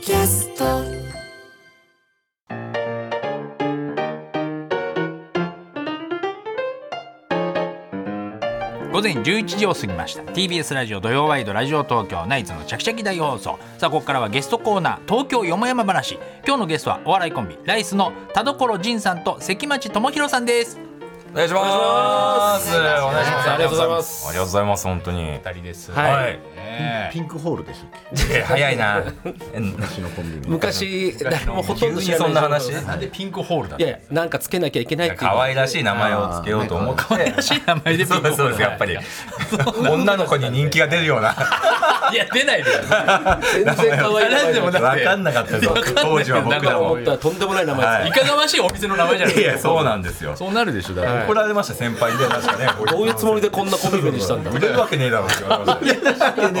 キャスト午前11時を過ぎました TBS ラジオ土曜ワイドラジオ東京ナイツのちゃきちゃき大放送さあここからはゲストコーナー東京よもやま話今日のゲストはお笑いコンビライスの田所仁さんと関町智博さんですお願いします。お願いします。ありがとうございますありがとうございます。本当に。二人ですはいはい。ねピンクホールでしたっけえ早いな。え私のコンビニ昔誰もほとんど知ら急にそないんな話いなんでピンクホールだったやいやなんかつけなきゃいけないっていう可愛らしい名前をつけようと思って。可愛らしい名前でピそンうクでホーすそうルですやっぱり女の子に人気が出るようないや出 ないで全然可愛いなんでも分名だ前かんなかったぞ当時は僕らも思ったらとんでもない名前はよいいかがましいお店の名前じゃないいやそうなんですよそうなるでしょだから、怒られました先輩にね確かねどういうつもりでこんなコンビ名にしたんだ売れるわけねえだろって言われましたよ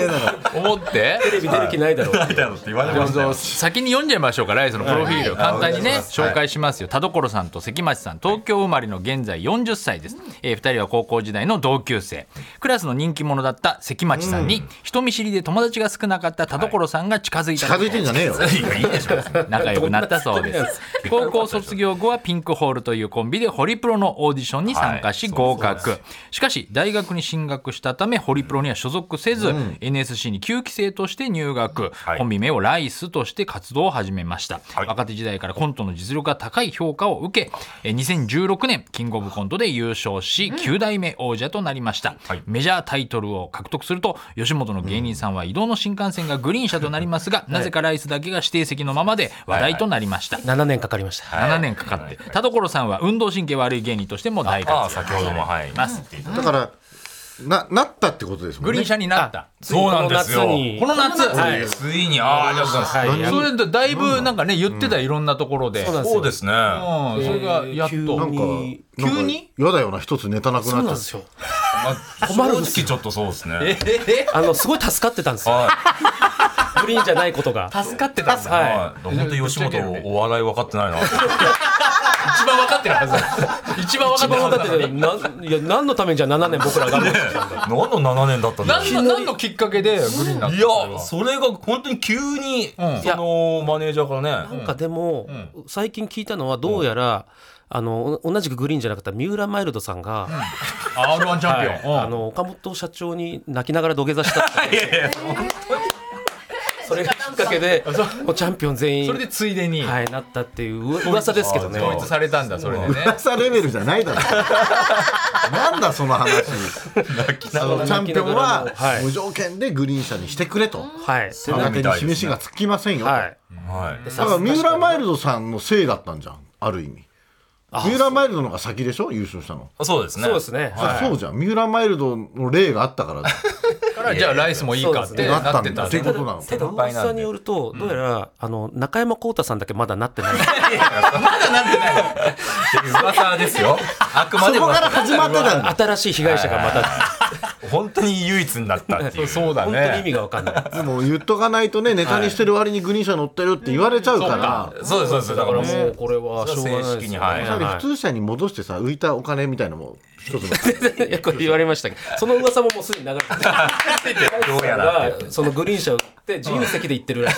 思ってテレビ出る気ないだろうないだろって言われましたよ先に読んじゃいましょうかライスのプロフィールをはい簡単にねはい紹介しますよ田所さんと関町さん東京生まれの現在40歳です、えー、2人は高校時代の同級生クラスの人気者だった関町さんに人見知りで友達が少なかった田所さんが近づいたと近こづいてんじゃねえよいやいいでしょ別に仲良くなったそうです高校卒業後はピンクホールというコンビでホリプロのオーディションに参加しはい合格、しかし大学に進学したためホリプロには所属せず、NSC に9期生として入学、はいコンビ名をライスとして活動を始めました、はい若手時代からコントの実力が高い評価を受けえー2016年キングオブコントで優勝し9代目王者となりました、はいメジャータイトルを獲得すると吉本の芸人さんは移動の新幹線がグリーン車となりますが、なぜかライスだけが指定席のままで話題となりました、 7年かかりました7年かかって田所さんは運動神経悪い芸人としても大ああ活躍先ほどもはいますだからななったってことですもグんリーンね車になったそうなんですよこの夏にこの夏、はいついにああありがとうございますはいそれでだいぶなんかね言ってたいろんなところで、そうなんですそようですねうん、それがやっえーと急なにんか急になんか嫌だよな一つネタなくそうなっなんたですよまあ困るんで正直ちょっとそうですね。あのすごい助かってたんですよはグリーンじゃないことが助かってたんだ、い。はいはい。本当に吉本お笑い分かってないな。一番分かってるはずだ一番分か一ってる番は分ずだかっててなんいや何のためにじゃあ7年僕ら頑張って何の7年だったんだろう何の何のきっかけでグリーンになったいや、それが本当に急に、んそのマネージャーからなんね。かでも、最近聞いたのはどうやら、あのお同じくグリーンじゃなかった三浦マイルドさんが、あ R1 チャンピオン、うんあの岡本社長に泣きながら土下座したってそれがきっかけでもうチャンピオン全員それでついでに、はい、なったっていうう噂ですけどね統一されたんだそれでね噂レベルじゃないだろ なんだその話あのチャンピオ泣きながンはらもはい無条件でグリーン車にしてくれとはい手だけに示しがつきませんよはいはい。だから三浦マイルドさんのせいだったんじゃんある意味三浦マイルドの方が先でしょ優勝したのそうですね。そうですね、そりゃそうじゃん三浦マイルドの例があったからからじゃあライスもいいかっそうてですねななっ っててたんたってだことなのただ輩なんで噂によるとどうやらあの中山浩太さんだけまだなってない噂ですよ。あくまそでこもから始まってたんだ新しい被害者がまた本当に唯一になったっていう。そうだ本当に意ね味が分かんないでも言っとかないとねネタにしてる割にグリーン車乗ってるって言われちゃうからそうです、そうです。だからもう、これはしょうがないですよ正式にはいつまり普通車に戻してさ浮いたお金みたいのも一つのいやこれ言われましたけどその噂ももうすでに流れてるどうやらって。がそのグリーン車を売って自由席で行ってるら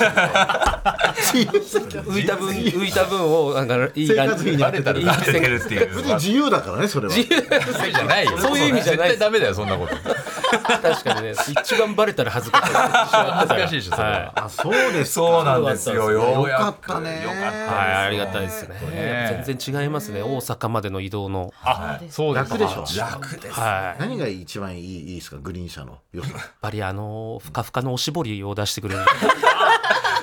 しいんですよ浮いた分浮いた分をなんかいい生活費に当てたらいい出て線るっていう別。に自由だからねそれはそうじゃないよそういう意味じゃない絶対ダメだよそんなこと確かにね一番バレたら恥ずかしい恥恥ずかしいでしょそれはあそうですかそうなんですよ。ようよかやっく。たねよかったはいありがたいですね全然違いますね大阪までの移動のそうです楽でしょ楽です。はい何が一番いいいいですかグリーン車の良さやっぱりあのふかふかのおしぼりを出してくれる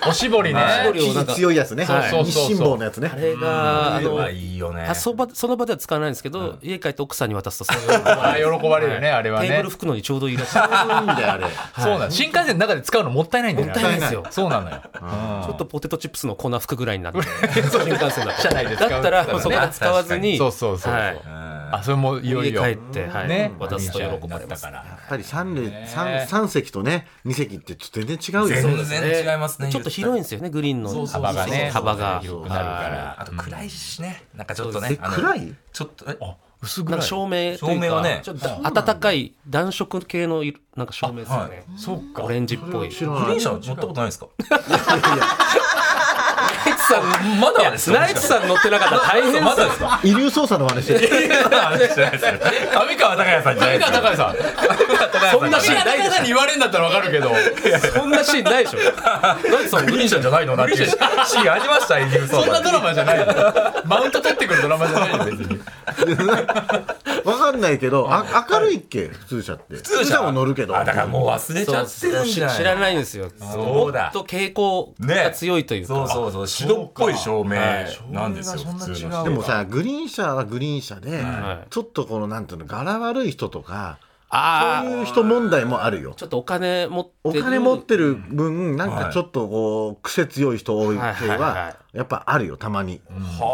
おしぼりねおしぼりをな生んか地強いやつねはい日清坊のやつねあれがああれのはいいよねあ。そばその場では使わないんですけど家帰って奥さんに渡すとそういうあー喜ばれるよねあれはテーブねル拭くのにちょうどいいらしいちそういうんだよあれそうなの新幹線の中で使うのもったいないんだよねもったいないですよそうなのよょっとポテトチップスの粉拭くぐらいになって新幹線だと車内で使うだったらもうそこで使わずにそうそうそうそうはいあそれもいよいよ家帰ってはいね渡すと喜ばれますグリーン車になったからやっぱり三類三三席とね二席ってちょっと全然違うよ全ね然違いますね。ちょっと広いんですよねグリーンの幅がね幅が広くなるからあと暗いしね。なんかちょっとえね。あの暗いちょっと、え薄なんか照明というか照明はねちょっと暖かい暖色系の色なんか照明ですよね、そうかオレンジっぽい知らグなリーいン車は乗ったことないですか ナイツさんまだですよナイツさん乗ってなかったら大変ですよまだですか遺留捜査の話で上川隆也さんじゃないです高橋さんそんなシーンない誰でし々に言われるんだったらわかるけどょそんなシーンないでしょナイツさんグリーン車じゃないのなっていうシーンありましたエギルソそんなードラマじゃない のマウント取ってくるドラマじゃないの別に わかんないけどあ明るいっけ普通車って普通車も乗るけどあだからもう忘れちゃってるん知じゃない知らないんですよそうだと傾向が強いというか、そうそうそう白っぽい照明なんですよ照明がそんな普通違うのでもさグリーン車はグリーン車で、ちょっとこのなんていうの柄悪い人とかあそあういう人問題もあるよちょっとお金持っておる金持ってる分なんかちょっとこう癖強い人多い系はいはいははやっぱあるよたまに、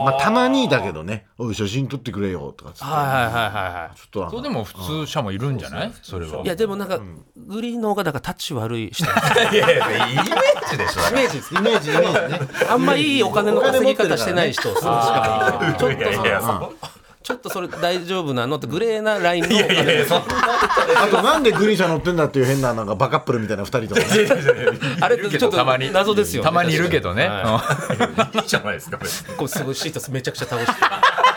まあたまにだけどね「おい写真撮ってくれよ」とかつってはいはいはいはいはいちょっとなんかそうでも普通車もいるんじゃないそれはいやでもなんか、グリーンの方がなんかタッチ悪い人いやいやイメージでしょイメージですイメージイメージねあんまいいお金の稼ぎ方してない人あーちょっいやいやとそちょっとそれ大丈夫なのってグレーなラインのおいやい金やそんあとなんでグリーン車乗ってんだっていう変ななんかバカップルみたいな2人とかねあれっいるてけちどょっとたまに謎ですよねたまにいるけどねはいいじゃないですか別にこうすごいシートめちゃくちゃ倒して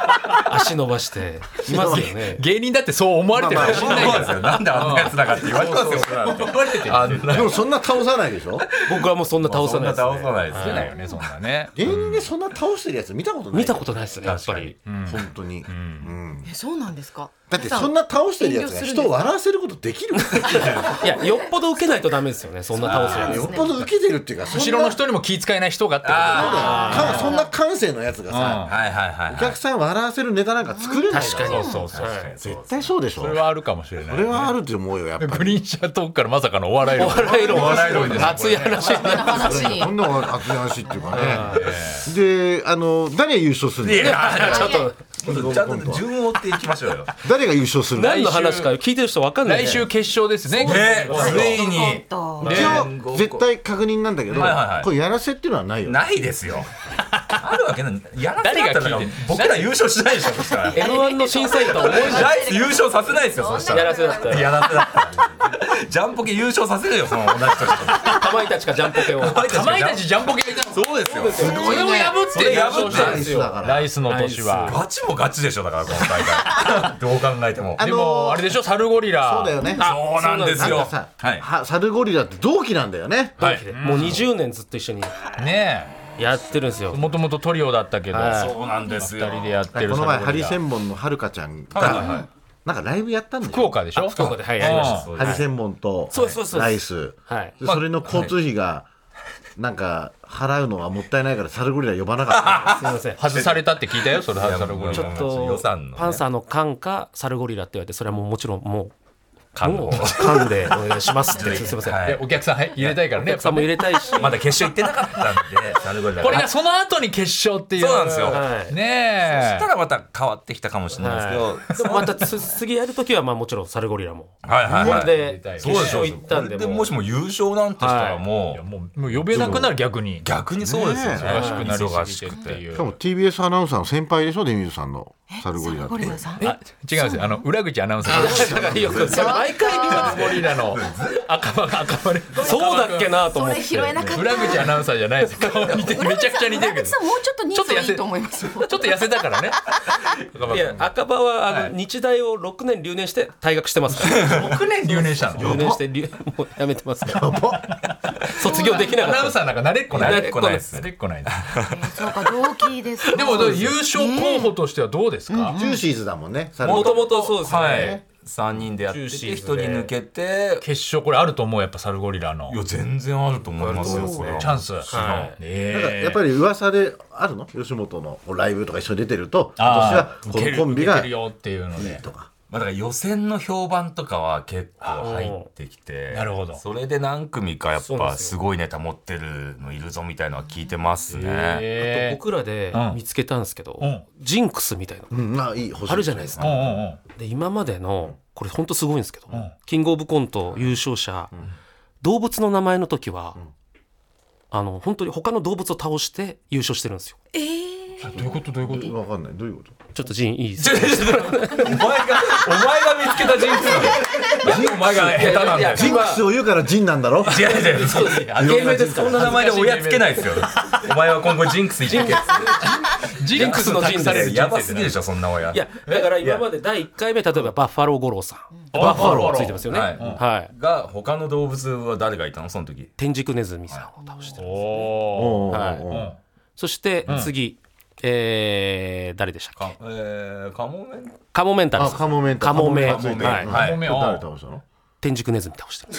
足伸ばしていますよね うん芸人だってそう思われてるかもしれそうないなんですよなんであんなやつだかって言われたんですよ僕なんてあんなでもそんな倒さないでしょ僕はもうそんな倒さそんなないです倒ねさないですけよないよねそんなね芸人でそんな倒してるやつ見たことない見たことないですねやっぱり本当に、うんえそうなんですかだってそんな倒してるやつが人を笑わせることできる いやよっぽど受けないとダメですよねそんな倒すやよつっぽど受けてるっていうかそんな 後ろの人にも気遣えない人がってことかそんな感性のやつがさ、はいはいはいお客さん笑わせるネタなんか作れない確かにだろそうそうそう絶対そうでしそょそれれははあるかもしれないあると思うよやっぱグリーン車トークからまさかのお笑いお論笑い論お笑い論です熱い話になる話りにこんなのが熱い話っていうかねであの誰が優勝するのいやちょっとちょっとちゃんと順を追っていきましょうよ誰が優勝するの何の話か聞いてる人わかんない来ね週決勝ですねねついよにかった一応絶対確認なんだけど、はいはいはいこれやらせっていうのはないよねないですよあるわけないやらせだった誰が聞らいてんの僕ら優勝しないでしょそしたら M1 の審査員とは思えないライス優勝させないですよそしたやららせだったらやらせだったらジャンポケ優勝させるよその同じ年かまいたちかジャンポケをかまいたちジャンポケがいたのそうですよそれを破っそれて破ってナイスだからライスの年はガチもガチでしょだからこの大会どう考えてもあでもあれでしょサルゴリラそうだよねそうなんですなんよかさ、はいはサルゴリラって同期なんだよねはいもう20年ずっと一緒にねやってるんですよえもともとトリオだったけどはいそうなんです二よ人でやってこるの前ハリサセルゴリランボンのはるかちゃんはいはいはいがなんかライブやったんだよ福岡でしょ福岡ではいやりましたそうハリセンボンとそうそうそうライスはいでそれの交通費がなんか払うのはもったいないからサルゴリラ呼ばなかすいません外されたって聞いたよそれサルゴリちょラっと予と算のパンサーの缶かサルゴリラって言われてそれはもうもちろんもう缶を缶でお願いしますってすいませんはでお客さんはい入れたいからおね客さんも入れたいしまだ決勝行ってなかったんでサルゴリラこれがその後に決勝っていうそうなんですよはいそねしたらまた変わってきたかもしれないですけどはでもまたつ次やるときはまあもちろんサルゴリラもはいはいはいではい決そうでしょ勝行ったんでこれもうもしも優勝なんてしたらもえうもうもう呼べなくなる逆に逆にそうですよねね忙しくな忙りしすくぎてってていらうしかも TBS アナウンサーの先輩でしょデミーズさんのサルゴリラっゴリラてさんあ違うんですよあの裏口アナウンサーよくそれ毎回見ますサルゴリラの赤羽が赤羽でそうだっけなとこ思っれて拾えなかった裏口アナウンサーじゃないです顔見てめちゃくちゃ似てるけど村口ちさんもうちょっと人ょっと痩数いせいと思いますちょっと痩せたからね赤いや羽赤羽はあの日大を6年留年して退学してますから君6年留年したの留年して留 もうやめてますから卒業できなアかナウっンサーなんか慣れっこない慣れっこないでですす慣れっこないですそうか同期ですでも優勝候補としてはどうですかジューシーズだもんねサルたゴもリともとそうですね、はい3人でやっててジュー1シー人ズで抜けて決勝これあると思うやっぱサルゴリラのいや全然あると思いますよこれチャンスはねラえやっぱり噂であるの吉本のライブとか一緒に出てると今年あはー受こけのるコンビ受けがるよっていうのでとかまあだから予選の評判とかは結構入ってきてーなるほどそれで何組かやっそうなんぱですすごいネタ持ってるのいるぞみたいなのは聞いてますねへ僕らでうん見つけたんですけど、うんジンクスみたいなのうんまあいいあるじゃないですえうんか、うんうんで今までのこれ本当すごいんですけど、んキングオブコント優勝者、動物の名前の時は、あの本当に他の動物を倒して優勝してるんですよえーどういうことどういうことわかんないどういうことちょっとジンいいでちすょかちょちょお前が、お前が見つけたジンクスなんだよお前が下手なんだよ。ジンクスを言うからジンなんだろ違う違う違う、そうですね。芸名です。そんな名前で親つけないですよ。お前は今後ジンクスいけ。ジンクスのジンク託スのされるやばするぎるでしょ、そんな親。いやだから今まで第1回目例えばバッファロー五郎さんバッファローついてますよねははいい、が、他の動物は誰がいたのその時。天竺ネズミさんを倒してるおおおーはいおーそして次、えー誰でしたっかけえー、カモメカモメンタルあさんカモメンタカモメカモメはいうんはいごめん誰あ倒したの天竺ネズミ倒してる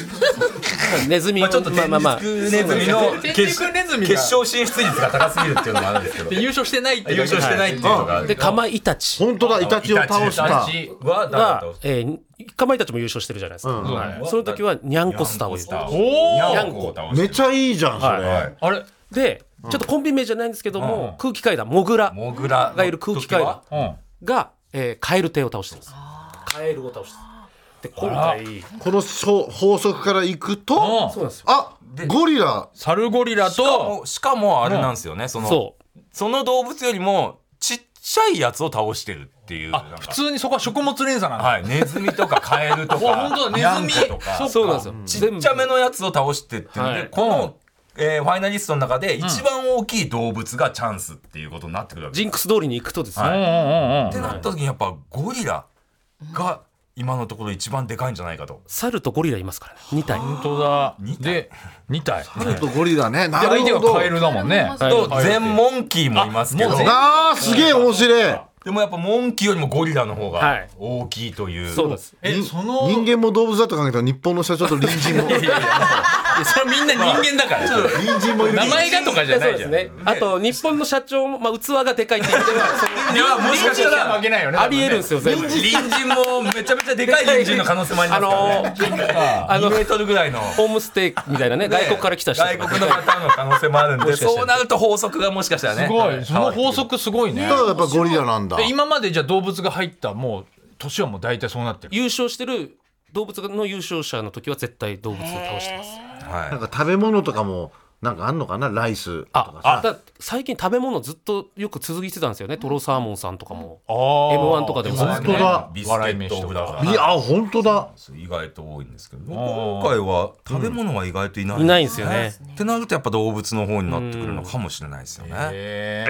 ネズミまあちょっと天竺ネズミの天決竺ネズミが決勝進出率が高すぎるっていうのもあるんですけどで優勝してないって優勝してないっていうのがあるでカマイタチ本当だイタチを倒したイタチは誰だがと、えー、かまいたちも優勝してるじゃないですか、うんはいその時はニャンコスターを言ったニャンニャンココをを倒してめちゃいいじゃんそれ、ははいあれでちょっとコンビ名じゃないんですけども、うん空気階段モグラモグラがいる空気階段うんが、えー、カエル亭を倒してるんですカエルを倒してるで今回このそう法則からいくとうんそうなんですよあゴリラサルゴリラしかともしかもあれなんですよねそのそその動物よりもちっちゃいやつを倒してるっていうなんあか普通にそこは食物連鎖なんだはいネズミとかカエルとおか本当だニャンネズミコとそかうそうなんですよ、全ち部っちゃめのやつを倒してっていうので、はいこの、えーファイナリストの中で一番大きい動物がチャンスっていうことになってくるわけですジンクス通りに行くとですね、はうんうんうんってなった時にやっぱゴリラが今のところ一番でかいんじゃないかと。猿とゴリラいますからね2体本当だで2体でちょっとゴリラねな相手るはほどカエルだもんねカエルと全モンキーもいますけどあもう全なあすげえ面白いでもやっぱモンキーよりもゴリラの方はがい大きいという。そうなんですえその人間も動物だと考えたら日本の社長と隣人もそれはみんな人間だから隣人もいる名前がとかじゃないそうじでゃすんねあと日本の社長も、まあ、器がでかいって言ってはそのいやもしかしたら負けないよねありえるんですよよ全部隣人もめちゃめちゃでかい隣人の可能性もありまあすからのね。ーあの2メートルぐらいの。ホームステイみたいなね外国から来た人とか外国の方の可能性もあるんで、しかしたらそうなると法則がもしかしたらね。すごいその法則すごいねだからやっぱゴリラなんだで今までじゃあ動物が入ったもう年はもう大体そうなってる優勝してる動物の優勝者の時は絶対動物を倒してますなんはか食べ物とかもなんかあんのかなライスとかあさだ最近食べ物ずっとよく続いてたんですよねトロサーモンさんとかもあー M1 とかでも本当だい。ビスケットオブラザーいや本当だ意外と多いんですけど、今回は食べ物は意外といない、いないんですよねってなるとやっぱ動物の方になってくるのかもしれないですよね。え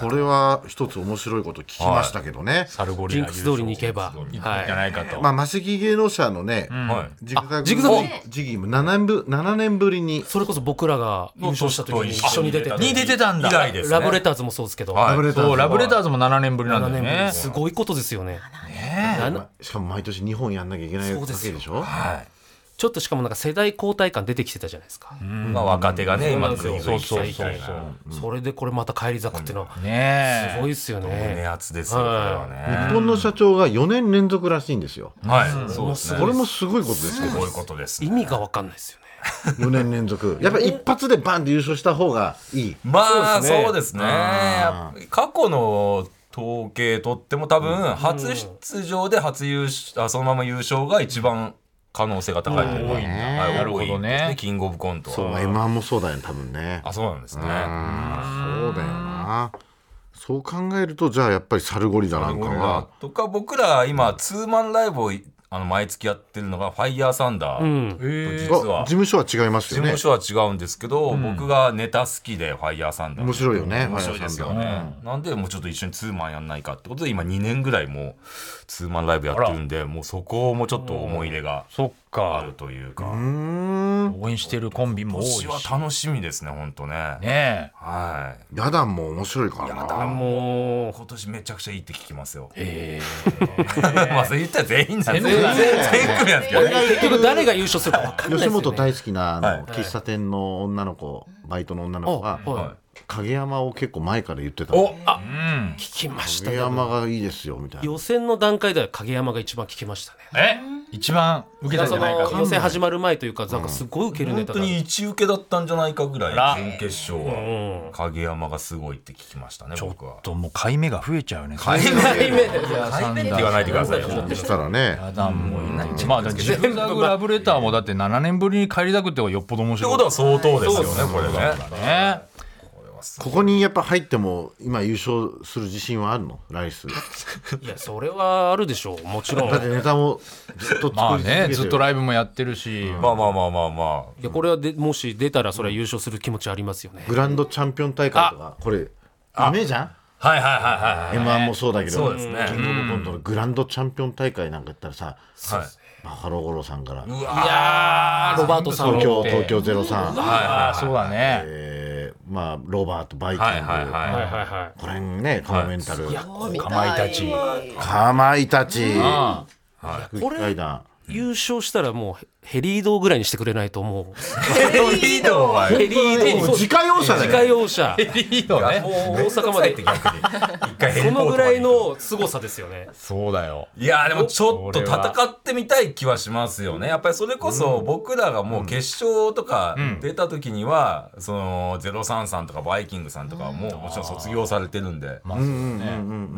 これは一つ面白いこと聞きましたけどね、ーサルゴリジランクス通りに行けば行くんじはいゃないかとまあ魔石芸能者のね、はい。ジグザグジグザグジギーも7年ぶ7年ぶりにそれこそ僕らが優勝した時に一緒に出ててに出てたんだ以来ですね。ラブレターズもそうですけど、はいラブレターそうズラブレターズも7年ぶりなんだ7よ年ぶりねすごいことですよねななしかも毎年2本やんなきゃいけないわけでしょはちょっとしかもなんか世代交代感出てきてたじゃないですか、い。まあ若手がね、今そう次そう々そうみそたういな。それでこれまた返り咲くっていうのはねすごいですよね、胸熱ですよ、これは日ね。本の社長が4年連続らしいんですよはい。そうですね。これもすごいことですけすどごいことですね。意味がわかんないですよね4年連続やっぱ一発でバンって優勝した方がいいまあ、そそううですね。やっぱ過去の統計とっても多分、初出場で初優勝、あそのまま優勝が一番可能性が高いというか。多いねはいなるほどね多いですキングオブコントは。まあ M1 もそうだよね多分ねあ、そうなんですね。そうだよなそう考えるとじゃあやっぱりサルゴリラなんかはとか僕ら今ツーマンライブをいあの毎月やってるのが「ファイヤーサンダー」え実あは事務所は違います事よね務所は違うんですけど、僕がネタ好きで「ファイヤーサンダー」面白いよね面白いですよファイヤーね、なんでもうちょっと一緒にツーマンやんないかってことで今2年ぐらいもうツーマンライブやってるんでもうそこもちょっと思い入れがそっあかるというか、うーん応援してるコンビも多いし今年は楽しみですねほんとねねえはいヤダンも面白いからなもう今年めちゃくちゃいいって聞きますよ。 まあそう言ったら全員なんですけど全員全組なんですけどね。結局誰が優勝するかわかんないです吉よ、ね、本大好きなあの、はい喫茶店の女の子バイトの女の子があはい影山を結構前から言ってたおのあうん聞きました影ね山がいいですよみたいな予選の段階では影山が一番聞きましたえね一番受けたんじそゃないかの予選始まる前というかなんかすごい受けるネ本タ当だ、に一受けだったんじゃないかぐららい準決勝は影山がすごいって聞きましたね僕は。ともう買い目が増えちゃうね影山回目で買い目って言わないでくださいよ。そしたらねヤダンもいないまあだってジグザグラブレターもだって7年ぶりに帰りたくってはよっぽど面とい白ういことは相当ですよねこれね。ねます。ここにやっぱ入っても今優勝する自信はあるのライスいやそれはあるでしょうもちろんだってネタもずっとまあ作り続けてるね、ずっとライブもやってるし、まあまあまあまあまいやこれはでもし出たらそれは優勝する気持ちありますよねグランドチャンピオン大会とかこれダメじゃんあ。はいはいはいはい m 1もそうだけどそうですねキングオブコントのグランドチャンピオン大会なんか言ったらさはい。バハロゴロさんからうわロバートさん東京の東京03、ああそうだね。えーまあ、ロバートバイキング、はいはいはいははいはこれねカモメンタル、かまいたちかまいたちあこれ階段い優勝したらもうヘリードぐらいにしてくれないともうい。ヘリードはヘリード自家用車だ自よ家用車いいよね。もう大阪まで逆に一回ヘリそポーのトぐらいの凄さですよねそうだよ。いやーでもちょっと戦ってみたい気はしますよね。やっぱりそれこそ僕らがもう決勝とか出た時には、その03さんとかバイキングさんとかはもうもちろん卒業されてるんで。まあそうだね。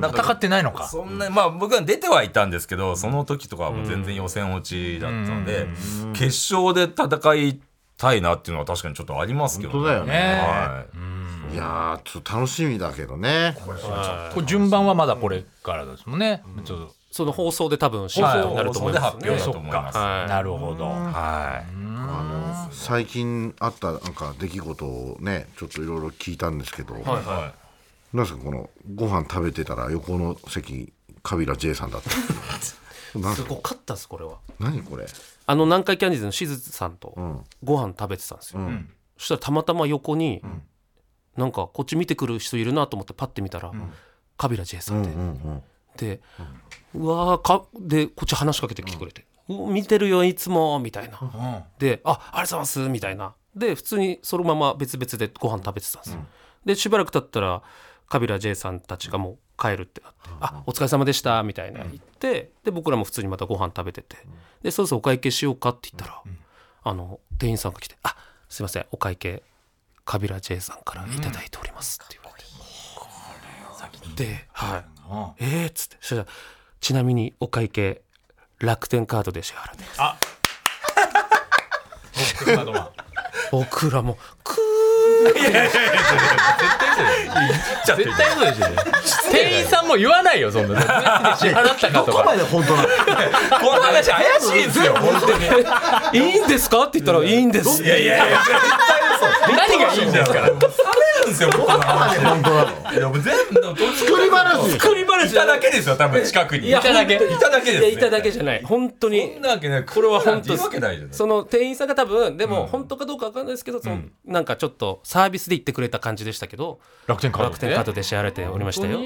なん戦ってないのか。そんなまあ僕は出てはいたんですけどその時とかはもう全然予選落ちだったので決勝で戦いたいなっていうのは確かにちょっとありますけど本当だよねはいいやーちょっと楽しみだけどねこれ順番はまだこれからですもんね。ちょっとその放送で多分審はい査になると思いま放す送よで発表だねと思います。はなるほど。はいあの最近あったなんか出来事をねちょっといろいろ聞いたんですけど、はなんですかこのご飯食べてたら横の席カビラ J さんだったないんすすかごかったですこれは何これあの南海キャンディーズのしずさんとうんご飯食べてたんですようんそしたらたまたま横に、なんかこっち見てくる人いるなと思ってパッて見たら、カビラ J さうんんうで、んで、うわーかでこっち話しかけてきてくれて「う見てるよいつも」みたいな、で「あありがとうございます」みたいなで普通にそのまま別々でご飯食べてたんですよ、でしばらく経ったらカビラ J さんたちがもう帰るってなって「あお疲れ様でした」みたいな言ってで僕らも普通にまたご飯食べててでそろそろお会計しようかって言ったら、あの店員さんが来て「あすいませんお会計カビラ J さんから頂いただいております」って言われて。で、はい、えー、っつってそしたらちなみにお会計楽天カードで支払ってます僕らもク絶対そうでしょ。店員さんも言わないよそんな。支払ったかとここか。まで本当なのこの話怪しいんですよ本当にーいいんですかって言ったらいいんですいやいやいや何がいいんですからされるんですよ僕の話本当ないのやもう全部作り話作り話いただけですよ多分近くにいやいただけい本当にただけですねいやいただけじゃない本当にそんなわけないこれは本当いるわけないじゃないその店員さんが多分でも本当かどうかわかんないですけど、そのなんかちょっとサービスで言ってくれた感じでしたけど楽天カード楽天カーで。ドで支払っておりましたよ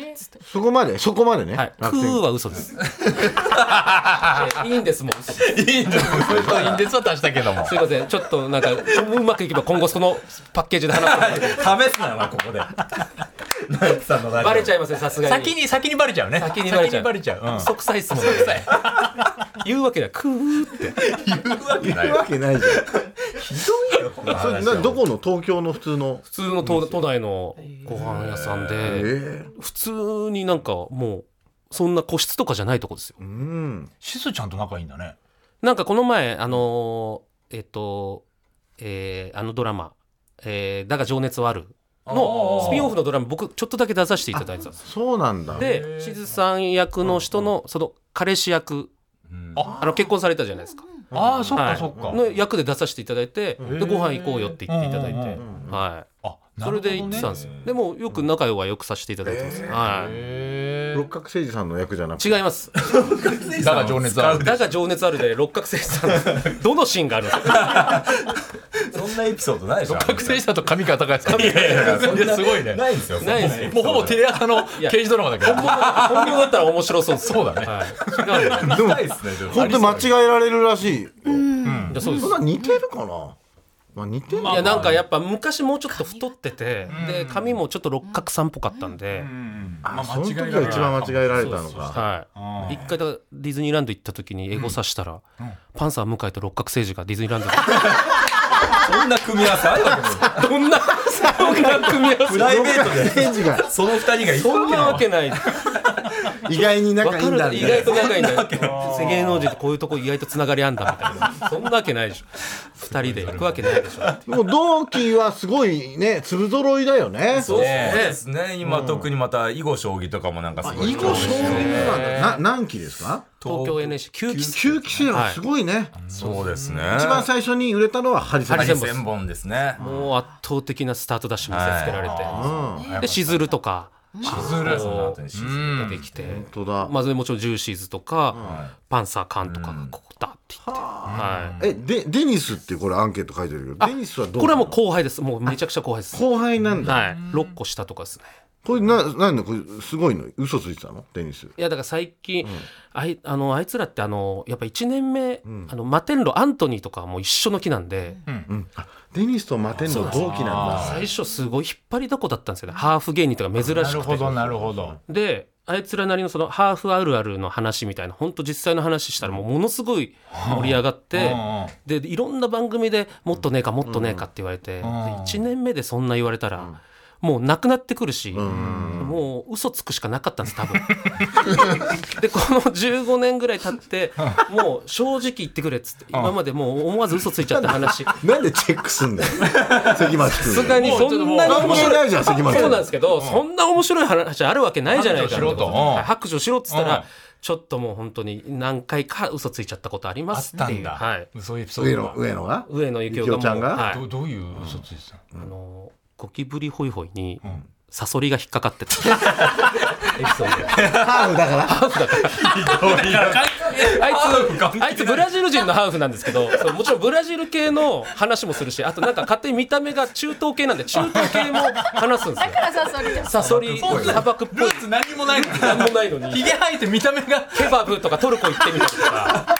そこまでそこまでね、はい、ク楽天ーは嘘ですいいんですもん嘘ですインデスは足したけども。すいませんちょっとなんかうまくいけば今後そのパッケージで話す試すなよなここでナイツさんのラジオバレちゃいますねさすがに先に先にバレちゃうね。先にバレちゃううん即歳っすもんね言うわけだクーって行くわけないじゃんそれ話などこの東京の普通の普通の都都内のご飯屋さんええで普通になんかもうそんな個室とかじゃないとこですようんシスちゃんと仲いいんだね。なんかこの前あのーえっとえーあのドラマ「えーだが情熱はある」のスピンオフのドラマ僕ちょっとだけ出させていただいてたんですそうなんだでしずさん役の人のその彼氏役うんあの結婚されたじゃないですかああそっはかいそっか。の役で出させていただいてでご飯行こうよって言っていただいてうんうんはあいそれで行ってたんですよでもよく仲良はよくさせていただいてますはい六角誠治さんの役じゃなくて違いますだが情熱ある。だが情熱あるで六角精さ んどのシーンがあるんですかそんなエピソードないでしょ覚醒したと髪が高いですか。いやすごいね。ないんですよないで すよもうほぼテレ朝の刑事ドラマだけど。本物だったら面白そうですそうだねはい違うんだでもないですねでも本当に間違えられるらしいいやそうですそんな似てるかなまあ似てるいやなんかやっぱ昔もうちょっと太っててで髪もちょっと六角さんっぽかったんであその時が一番間違えられたのかはい一回だからディズニーランド行った時にエゴさしたらパンサー向井と六角誠治がディズニーランド でそんな組み合わせあるわけ ないどんな、どんな組み合わせプライベートで誠治がその二人がいるそんなわけない。意外に仲いいんだるみ意たい外なと仲いいんだよ芸能人ってこういうとこ意外とつながりあんだみたいなそんなわけないでしょ二人で行くわけないでしょでも同期はすごいね粒揃いだよねそうですね。今、特にまた囲碁将棋とかもなんかすごい。囲碁将棋なんだな何期ですか東京 NSC 9期生9期生はすごいね、そうですね。一番最初に売れたのはハリセンボンハリセンボンですね。もう圧倒的なスタートダッシュ見せつけられて、うんでしずるとかずるその後にしずる出てきて、本当だ、まあ、もちろんジューシーズとか、パンサーカンとかがここだって言って、はえでデニスってこれアンケート書いてるけどデニスはどい、うこれはもう後輩ですもうめちゃくちゃ後輩です、後輩なんだ、はい、6個下とかですねこれななんだこれすごいの嘘ついてたのデニスいやだから最近、あいあのあいつらってあのやっぱ1年目、あのマテンロアントニーとかはもう一緒の木なんで、デニスとマテンの同期なんだ最初すごい引っ張りだこだったんですよねハーフ芸人とか珍しくてなるほどなるほどであいつらなりのそのハーフあるあるの話みたいな本当実際の話したらもうものすごい盛り上がって、でいろんな番組でもっとねえかもっとねえかって言われて、で1年目でそんな言われたら、もうなくなってくるし、もう嘘つくしかなかったんです多 分でこの15年ぐらい経ってもう正直言ってくれっつって今までもう思わず嘘ついちゃった話さなんでチェックすんだ よ関町君すがにそんなに関面係白いないじゃん関町そうなんで君すけど、そんな面白い話あるわけないじゃないか白ろとはい白状しろっつったら、ちょっともう本当に何回か嘘ついちゃったことありますっていう。はい。嘘エピソ上ード野は上野が上野幸雄幸が雄ちゃんがもうはいどどういう嘘ついてたのあのゴキブリホイホイにサソリが引っかかって た。エピソードでハーフだかあいらつ、あいつブラジル人のハーフなんですけ ど、そうもちろんブラジル系の話もするし、あとなんか勝手に見た目が中東系なんで、中東系も話すんですよ。らさそれサソリ、砂漠っぽい。何もないなんもないのに。ひげ生えて見た目がケバブとかトルコ行ってみたりとか。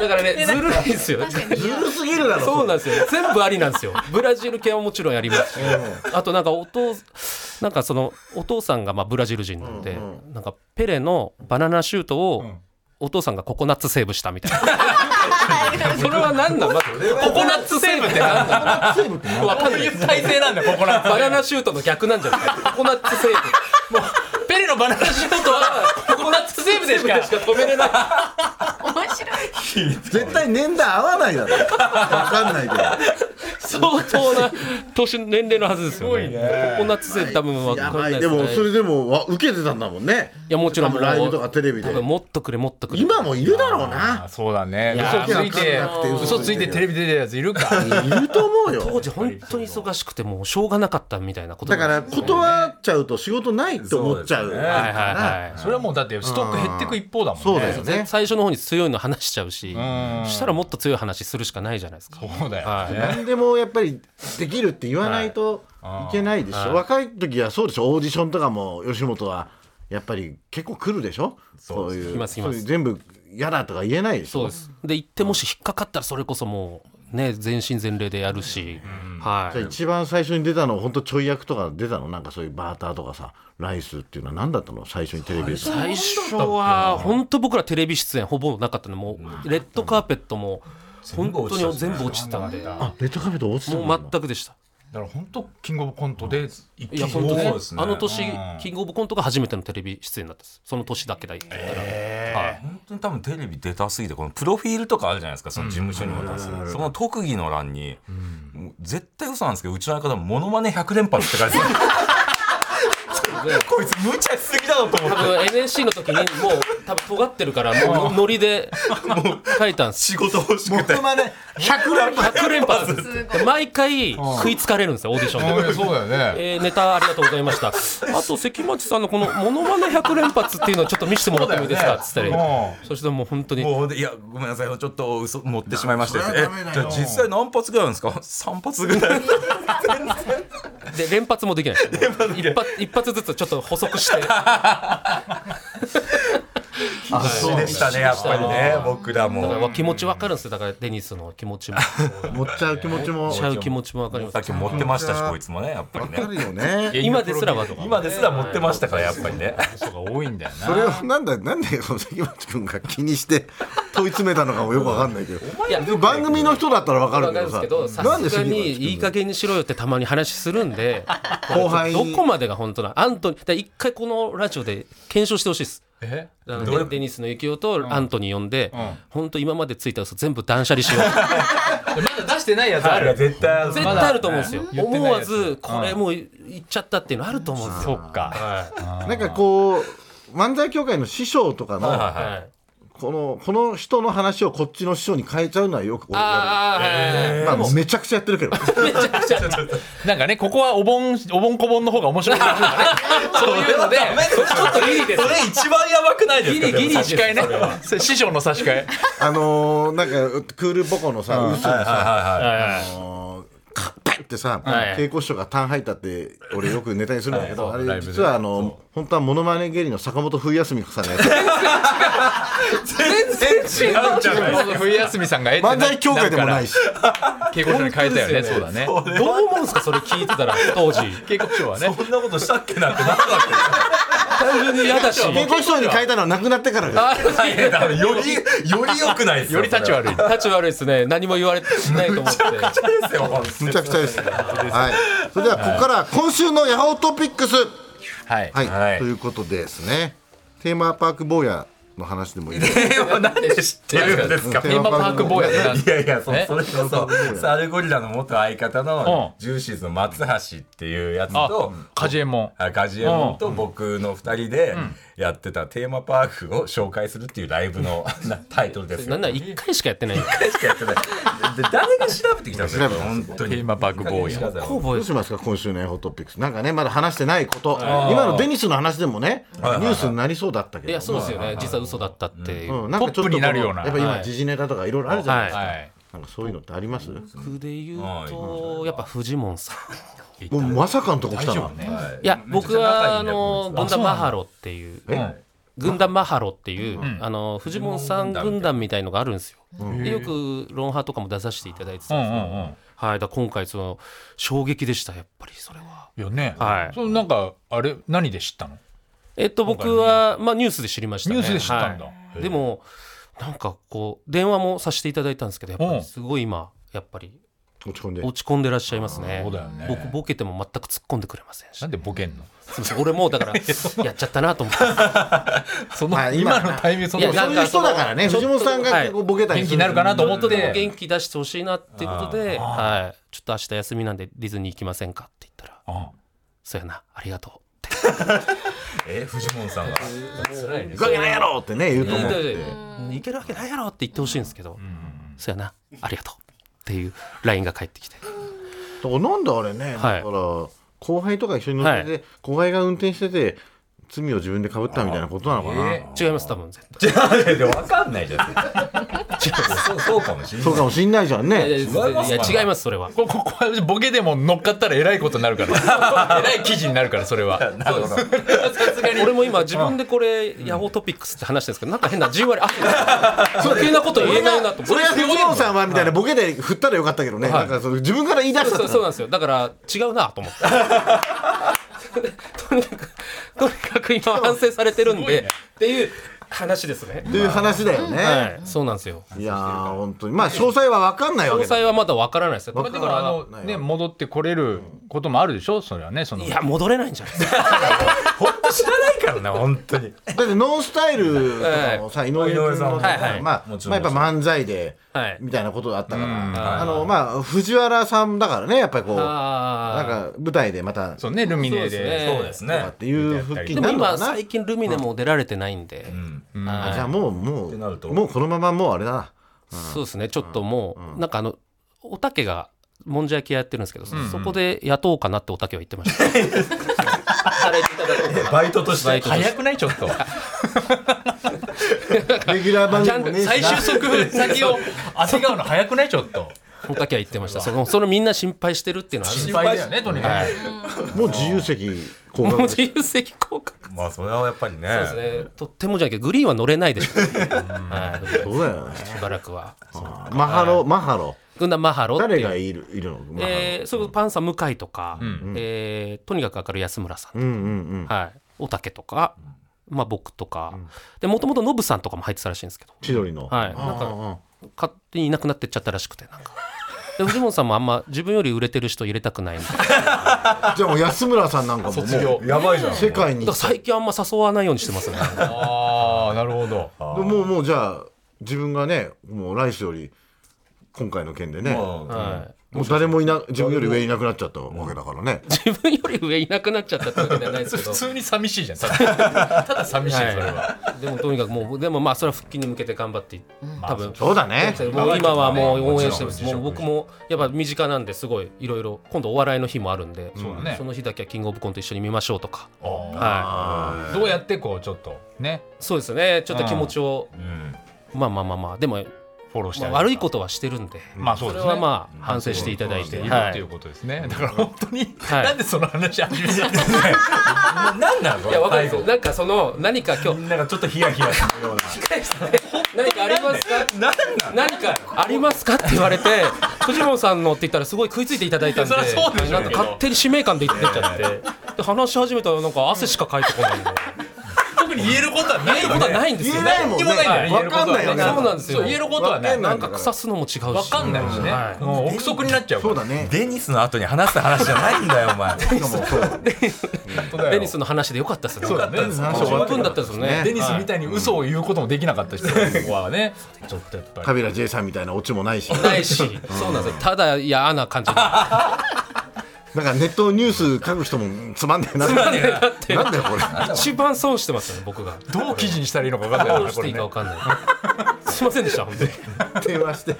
だからね、ずるいですよ。ずるすぎるだろそうなんですよ。全部ありなんですよ。ブラジル系はもちろんやりますし、あとなんかお父なんかそのお父さんがまあブラジル人なんで、なんかペレのバナナシュートを、お父さんがココナッツセーブしたみたいな。 それは何なの、まず ココナッツセーブって何なのわかんない。体勢なんだここら バナナシュートの逆なんじゃないココナッツセーブ。もう、ペレのバナナシュートは、ココナッツセーブでしか止めれない。面白い絶対年代合わな いだろ分かんないけど相当な年年齢のはずですよね。ココナッツセーブ多分わかやんなばいいでですね。もそれでもわ受けてたんだもんねいやもちろん多分ライブともかうテレビで多分もっとくれもっとくれ今もいるだろうなそうだねや嘘ついてわかんなくて嘘ついてる嘘ついてテレビ出てるやついるかいると思う当よ時本当に忙しくてもうしょうがなかったみたいなことだからはい断っちゃうと仕事ないと思っちゃうそうですねはいはそれはもうだってストック減ってく一方だもんねそうだよい、ね最初の方に強いの話しちゃうしんしたらもっと強い話するしかないじゃないですかそうだよね何でもやっぱりできるって言わないといけないでしょ、若い時はそうでしょオーディションとかも吉本はやっぱり結構来るでしょそういう来ます来ますそういう全部嫌だとか言えないでしそうょですで行ってもし引っかかったらそれこそもうね全身全霊でやるし、はじゃあい、一番最初に出たの本当ちょい役とか出たのなんかそういうバーターとかさライスっていうのは何だったの最初にテレビで最初は本当僕らテレビ出演ほぼなかったのもうレッドカーペットも本当に全部落ちてたんでもレッドカフェと落ちてたんだう全くでしただから本当キングオブコントで一い気やに本当そねうですねあの年、うんキングオブコントが初めてのテレビ出演だったんですその年だけだったら、はい本当に多分テレビ出たすぎてこのプロフィールとかあるじゃないですかその事務所にも出す、その特技の欄に、もう絶対嘘なんですけどうちの相方もモノマネ100連発って書いて あるこいつ無茶しすぎだろと思っ多て分 NSC の時にもう多分尖ってるからもうノリで書いたん です 仕事欲しくてまね100連覇100連発で毎回食いつかれるんですよオーディションで。そうだよねえーネタありがとうございました。あと関町さんのこのモノマネ100連発っていうのをちょっと見せてもらってもいいですかっつったり、そしてもう本当にもうほんでいやごめんなさいちょっと嘘持ってしまいましてそれはダメだよえじゃあ実際何発ぐらいなんですか3発ぐ らいで連発もできないですよもう一発一発ずつちょっと補足してだかそうでしたねやっぱりね僕らもら気持ちわかるんですよだからデニスの気持ちも持っちゃう気持ちもちゃう気持ちもわかりますさっき持ってましたしこいつもねやっぱりわねかるよね今ですらはとか今ですら持ってま したからやっぱりね嘘が多いんだよなそれをなんだなんで関町君が気にして問い詰めたのかもよくわかんないけどいや番組の人だったらわかるわけかるんですけどどささです杉が村にいい加減にしろよってたまに話するんで 後輩どにこまでが本当なアントニーだから一回このラジオで検証してほしいですえあのデデニスの幸男とアントニー呼んで、本当今までついた嘘全部断捨離しようまだ出してないやつある絶対ある絶対あると思うんですよ、言って思ないわやつずこれもう言っちゃったっていうのあると思うんですよ、そっかなんかこう漫才協会の師匠とかの、はいこのこの人の話をこっちの師匠に変えちゃうのはよく俺やああ、はいはいるまあもうめちゃくちゃやってる けどなんかねここはお盆お盆こぼんの方が面白いからね そういうのでちょっといいですそれ一番やばくないですかギリで差もし替えねそれ師匠の差し替えあのーなんかクールポコのさ、嘘にさ、はいはいあのーカッペってさ、稽古師匠がタン入ったって俺よくネタにするんだけど、はいあれ実はあの本当はモノマネ芸人の坂本冬休みさんがやってる全然違うじゃない冬休みさんがえって漫才協会でもないし稽古所に変えたよねそうだねどう思うんですかそれ聞いてたら当時稽古所はねこんなことしたっけなってなった単純に嫌だし稽古師匠に変えたのはなくなってからだよけだからよりより良くないですより立ち悪い立ち悪いですね何も言われてないと思っていですよむちゃくちゃです。はい。それではここからは今週のヤホートピックス。はいはい。はいということでですね。テーマパーク坊やの話でもい いです。今なんで知ってるんですかテテーマパーク坊やでなんいやいやそえそれこそサルゴリラの元相方のジューシーズの松橋っていうやつとカジエモンあガジエモンと僕の2人でやってたテーマパークを紹介するっていうライブのなタイトルですなよ。んなら1回しかやってない回しかやってないで誰が調べてきたんですか調べた本当にテーマパーク坊やどうしますか今週のヤホートピックス。なんかねまだ話してないこと。今のデニスの話でもねニュースになりそうだったけど。いやそうですよね実は嘘だったっていう、うん。なんかちょっとポこップのになるようなやっぱ今はい時事ネタとかいろいろあるじゃないですか。はいなんかそういうのってあります？も僕で言うとやっぱフジモンさんうまさかのとこ来たの。いや僕はあのど軍団マハロっていうえ軍団マハロっていう、あのフジモンさん軍団みたいのがあるんですよ、でよく「ロンハー」とかも出させていただいてたんですけど、はい、だから今回その衝撃でしたやっぱりそれは。いやねはいそのなんかあれ何で知ったのえっと、僕は、まあ、ニュースで知りましたね。ニュースで知ったんだはいへえでも、なんかこう、電話もさせていただいたんですけど、やっぱうんりすごい今、やっぱり落ち込んで。落ち込んでらっしゃいますね。そうだよね僕、ボケても全く突っ込んでくれませんしなん。でボケんのすいません俺もうだ から、やっちゃったなと思って。そのまあ今今のタイミングそいのやそういう人だからねちょっ藤と本さんが結構ボケたり元気になるかなと思っでもて元気出してほしいなっていうことで、はい。ちょっと明日休みなんでディズニー行きませんかって言ったら、あそうやな、ありがとえフジモンさんが行くわけないやろってね言うとう。思う。で行けるわけないやろって言ってほしいんですけど、そうやな、ありがとう。っていう LINE が返ってきて。だからなんだあれね、はいだから後輩とか一緒に乗ってて、後輩が運転してて罪を自分で被ったみたいなことなのかな、違います多分絶対じゃあでわかんないじゃん。そうそうかもしれないそうかもしんないじゃんね違いやいますかいや違いますそれはこここはボケでも乗っかったらえらいことになるから えらい記事になるからそれはなるほど。俺も今自分でこれヤホートピックスって話してるんですけどなんか変なじんわりあ余計なこと言えないなとそれはそう藤本さんはみたいなボケで振ったらよかったけどね、なんかその自分から言い出したそうとそうなんですよだから違うなと思って とにかくとにかく今反省されてるんで、っていう話ですねいう話だよね、はいそうなんですよい、やー本当にまあ詳細は分かんないわ詳けだ細はまだわからないですよまあでもあのね戻ってこれることもあるでしょそれはねそのいや戻れないんじゃないですか本当知らないからね本当に。だってノンスタイルとかもさ井上君のさ、はいはいまあ、もちろんまあやっぱ漫才ではいみたいなことだったから、あのまあ藤原さんだからねやっぱりこうなんあか舞台でまたそうねルミネそうでですねそうですとかねっ。ていう復ー帰にでなもるのか今な最近ルミネも出られてないんで、あじゃあもうもてなるとうもうこのままもうあれだなそうですね、ちょっともう、なんかあの、おたけが、もんじゃ焼き屋やってるんですけど、そこで雇おうかなっておたけは言ってま した。働いていただこうかバイトとしてバイトとして早くないちょっとレギュラー番ちゃ組んもとねえし最終速先をあてがうの早くないちょっとおたけは言ってました。そのそれみんな心配してるっていうのはあるんで心配だよねとにかもう自由席す。高もう額自由席降格。まあそれはやっぱりね。そうですね。とってもじゃないけど、グリーンは乗れないでしょ。はそうだよねい。しばらくは。マハロマハロ軍団マハロっていう。誰がいるいるのマハロえー、それこそパンサー向井とか、えーとにかく明るい安村さんうんうんうんはい、おたけとか、まあ、僕とか、でもともとノブさんとかも入ってたらしいんですけど、千鳥の。はい、なんか勝手にいなくなってっちゃったらしくてなんか。で藤本さんもあんま自分より売れてる人入れたく ないみたいなだかじゃあもう安村さんなんかも卒も業うやばいじゃん世界にら最近あんま誘わないようにして ますねああなるほどでもうもうじゃあ自分がねもうライスより今回の件でね、はもう誰もいな自分より上いなくなっちゃったわけだからね、い、自分より上いなくなっちゃったってわけじゃないですけ普ど通に寂しいじゃんただただ 寂しいそれははい、でもとにかくもうでもまあそれは復帰に向けて頑張って多分、そうだねもう今はもう応援してもまちすろんもう僕もやっぱ身近なんですごいいろいろ今度お笑いの日もあるんでそうだねの日だけはキングオブコント一緒に見ましょうとかはあどうやってこうちょっとねいそうですねちょっと気持ちをまあまあまあまあでも、フォローしたまあり悪いことはしてるんでまあそうそでれすねはまあ反省していただいているはっていいうことですねだから本当にはいなんでその話始めちゃったんだよ何なのいやわかるん最後ですよなんかその何か今み日んながちょっとヒヤヒヤするような何かありますか何何かありますかって言われて藤本さんのって言ったらすごい食いついていただいたんでいやそりゃそうでしょうなけどんか勝手に使命感で言ってっちゃってで話し始めたらなんか汗しかかいてこないんで特に言えることはない言ようことはねないんです言よえないもんね言えないよねわかんないよねそうなんですよそう言えることはないわなんか腐すのも違うしわかんないしねもう憶測になっちゃうかそらうだねデニスの後に話す話じゃないんだよお前しかもそうデニスの話でよかったっすねそうだねそう10分だったんですよねデニスみたいに嘘を言うこともできなかった人はねちょっとやっぱりカビラ J さんみたいなオチもないしだないしそうなんですよただ嫌な感じでからネットニュース書く人もうんつまんねえなつまんねえなってなんだよこれ一番損してますよね僕がどう記事にしたらいいのか分かんないどなうしこていれいねかわかんないすいませんでした本当に電話して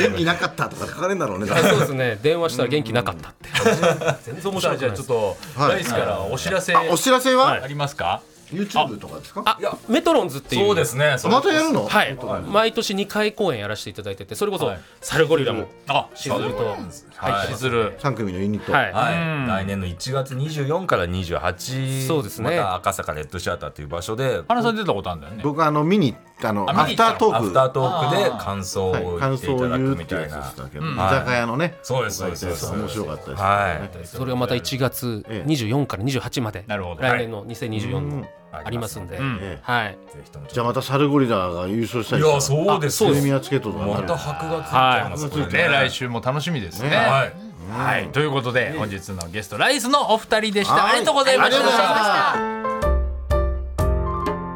元気なかったとか書かれるんだろうねだからそうですね電話したら元気なかったって全然さ面白あいじゃあちょっとはいライスからお知らせおあ知らせは、りますか YouTube とかですかあメトロンズっていうそうですね またやるの、はい、毎年2回公演やらせていただいててそれこそ、はいサルゴリラもあしずるとはいしずる3組のユニット、はい、はい、来年の1月24から28そうですねまた赤坂レッドシアターという場所で花さん出たことあるんだよね僕あの見に行ったあのあア見にフ行タったのートアーフクタートークで感想はいを言感って想いをただ言くうっみてたやいつでな、したけど、居酒屋のねそうですそうですそうです面白かったです、はいそれがまた1月ええ24から28まで、なるほど来年の2024のありますんで、ええはい、ぜひともちじょゃっあまたサルゴリラが優勝したとりいやそうですプよレミアチケットとかまなるた箔がついちはゃいいます箔こがれついね来週も楽しみですねははいいということで本日のゲストライスのお二人でしたはいありがとうございまありがとうございま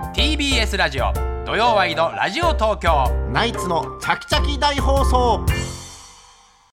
ししたた TBS ラジオ土曜ワイドラジオ東京ナイツのチャキチャキ大放送